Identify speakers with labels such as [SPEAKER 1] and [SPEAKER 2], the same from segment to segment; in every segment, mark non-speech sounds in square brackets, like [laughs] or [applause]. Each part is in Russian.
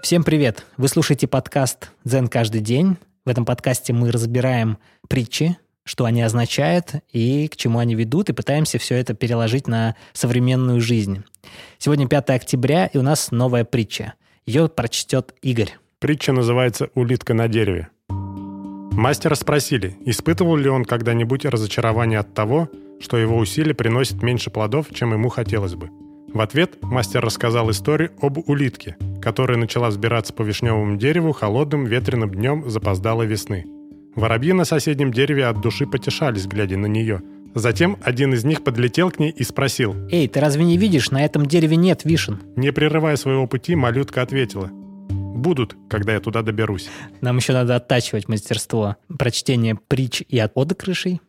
[SPEAKER 1] Всем привет! Вы слушаете подкаст «Дзен каждый день». В этом подкасте мы разбираем притчи, что они означают и к чему они ведут, и пытаемся все это переложить на современную жизнь. Сегодня 5 октября, и у нас новая притча. Ее прочтет Игорь.
[SPEAKER 2] Притча называется «Улитка на дереве». Мастера спросили, испытывал ли он когда-нибудь разочарование от того, что его усилия приносят меньше плодов, чем ему хотелось бы. В ответ мастер рассказал историю об улитке, которая начала взбираться по вишневому дереву холодным ветреным днем запоздалой весны. Воробьи на соседнем дереве от души потешались, глядя на нее. Затем один из них подлетел к ней и спросил.
[SPEAKER 1] Эй, ты разве не видишь, на этом дереве нет вишен?
[SPEAKER 2] Не прерывая своего пути, малютка ответила. «Будут, когда я туда доберусь».
[SPEAKER 1] Нам еще надо оттачивать мастерство прочтения притч и от отокрышей.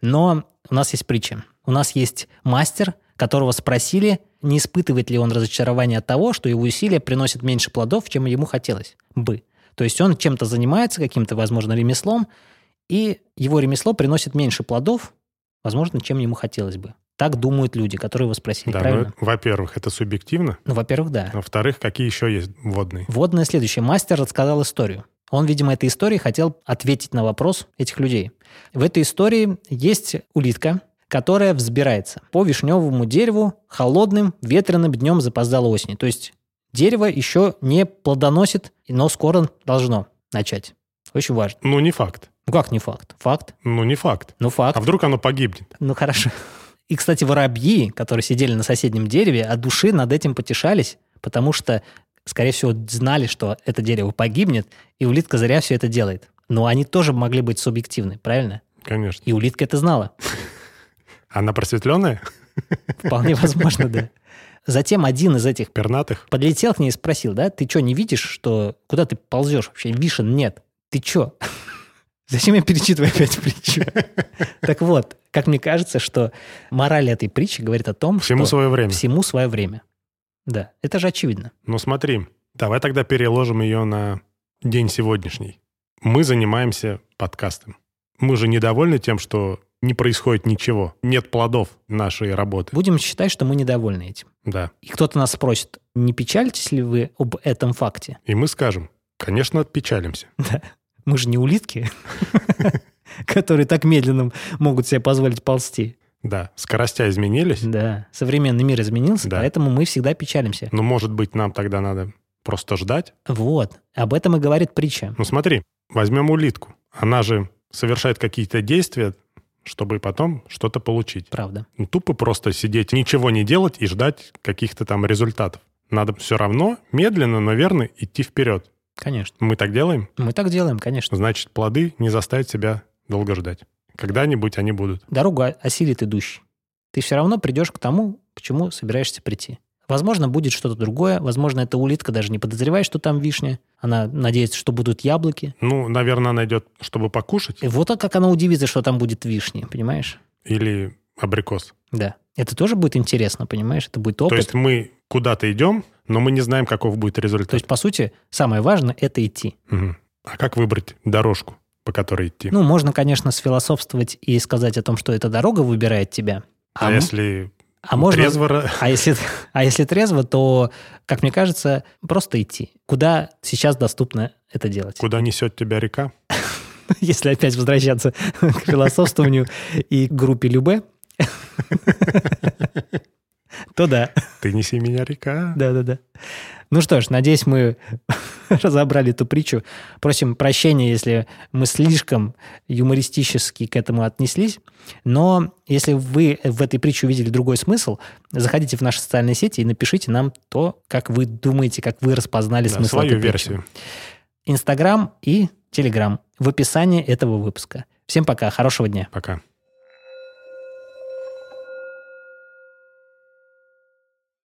[SPEAKER 1] Но у нас есть притча. У нас есть мастер, которого спросили, не испытывает ли он разочарования от того, что его усилия приносят меньше плодов, чем ему хотелось бы. То есть он чем-то занимается, каким-то, возможно, ремеслом, и его ремесло приносит меньше плодов, возможно, чем ему хотелось бы. Так думают люди, которые его спросили,
[SPEAKER 2] Да,
[SPEAKER 1] правильно?
[SPEAKER 2] ну, во-первых, это субъективно.
[SPEAKER 1] Ну, во-первых, да.
[SPEAKER 2] Во-вторых, какие еще есть водные?
[SPEAKER 1] Вводное следующее. Мастер рассказал историю. Он, видимо, этой историей хотел ответить на вопрос этих людей. В этой истории есть улитка, которая взбирается по вишневому дереву холодным ветреным днем запоздалой осени. То есть дерево еще не плодоносит, но скоро должно начать. Очень важно.
[SPEAKER 2] Ну, не факт.
[SPEAKER 1] Ну как не факт? Факт.
[SPEAKER 2] Ну, не факт.
[SPEAKER 1] Ну факт.
[SPEAKER 2] А вдруг оно погибнет?
[SPEAKER 1] Ну хорошо. И, кстати, воробьи, которые сидели на соседнем дереве, от души над этим потешались, потому что, скорее всего, знали, что это дерево погибнет, и улитка зря все это делает. Но они тоже могли быть субъективны, правильно?
[SPEAKER 2] Конечно.
[SPEAKER 1] И улитка это знала. [laughs]
[SPEAKER 2] Она просветленная?
[SPEAKER 1] Вполне возможно, да. Затем один из этих
[SPEAKER 2] Пернатых?
[SPEAKER 1] подлетел к ней и спросил, да, ты что, не видишь, что... Куда ты ползешь вообще? Вишен нет. Ты что? [laughs] Зачем я перечитываю опять притчу? [laughs] Так вот, как мне кажется, что мораль этой притчи говорит о том,
[SPEAKER 2] Всему
[SPEAKER 1] Ну, что...
[SPEAKER 2] свое время.
[SPEAKER 1] Всему свое время. Да, это же очевидно.
[SPEAKER 2] Ну смотри, давай тогда переложим ее на день сегодняшний. Мы занимаемся подкастом. Мы же недовольны тем, что не происходит ничего. Нет плодов нашей работы.
[SPEAKER 1] Будем считать, что мы недовольны этим.
[SPEAKER 2] Да.
[SPEAKER 1] И кто-то нас спросит, не печалитесь ли вы об этом факте?
[SPEAKER 2] И мы скажем, конечно, печалимся.
[SPEAKER 1] Мы же не улитки, [laughs] которые так медленно могут себе позволить ползти.
[SPEAKER 2] Да, скоростя изменились.
[SPEAKER 1] Да, современный мир изменился,
[SPEAKER 2] Да.
[SPEAKER 1] поэтому мы всегда печалимся.
[SPEAKER 2] Но, может быть, нам тогда надо просто ждать.
[SPEAKER 1] Вот, об этом и говорит притча.
[SPEAKER 2] Ну смотри, возьмем улитку. Она же совершает какие-то действия, чтобы потом что-то получить.
[SPEAKER 1] Правда.
[SPEAKER 2] Ну, Тупо просто сидеть, ничего не делать и ждать каких-то там результатов. Надо все равно медленно, но верно идти вперед.
[SPEAKER 1] Конечно.
[SPEAKER 2] Мы так делаем,
[SPEAKER 1] Мы так делаем, конечно.
[SPEAKER 2] значит, плоды не заставят себя долго ждать. Когда-нибудь они будут.
[SPEAKER 1] Дорогу о- осилит идущий. Ты все равно придешь к тому, к чему собираешься прийти. Возможно, будет что-то другое. Возможно, эта улитка даже не подозревает, что там вишня. Она надеется, что будут яблоки.
[SPEAKER 2] Ну, наверное, она идет, чтобы покушать
[SPEAKER 1] И вот так, как она удивится, что там будет вишня, понимаешь?
[SPEAKER 2] или абрикос.
[SPEAKER 1] Да. Это тоже будет интересно, понимаешь? Это будет опыт.
[SPEAKER 2] То есть мы куда-то идем, но мы не знаем, каков будет результат.
[SPEAKER 1] То есть, по сути, самое важное – это идти.
[SPEAKER 2] Мгм. А как выбрать дорожку, по которой идти?
[SPEAKER 1] Ну, можно, конечно, сфилософствовать и сказать о том, что эта дорога выбирает тебя.
[SPEAKER 2] а
[SPEAKER 1] м-
[SPEAKER 2] если
[SPEAKER 1] а можно-
[SPEAKER 2] трезво ра-
[SPEAKER 1] А если, а если трезво, то, как мне кажется, просто идти. Куда сейчас доступно это делать?
[SPEAKER 2] куда несет тебя река?
[SPEAKER 1] [laughs] Если опять возвращаться к философствованию и группе Любе, [laughs] то да,
[SPEAKER 2] Ты неси меня, река.
[SPEAKER 1] да-да-да. Ну что ж, надеюсь, мы [laughs] разобрали эту притчу. Просим прощения, если мы слишком юмористически к этому отнеслись. Но если вы в этой притче увидели другой смысл, заходите в наши социальные сети и напишите нам то, как вы думаете, как вы распознали
[SPEAKER 2] Да,
[SPEAKER 1] смысл
[SPEAKER 2] свою
[SPEAKER 1] этой притчи.
[SPEAKER 2] версию.
[SPEAKER 1] Инстаграм и Телеграм в описании этого выпуска. Всем пока, хорошего дня.
[SPEAKER 2] Пока.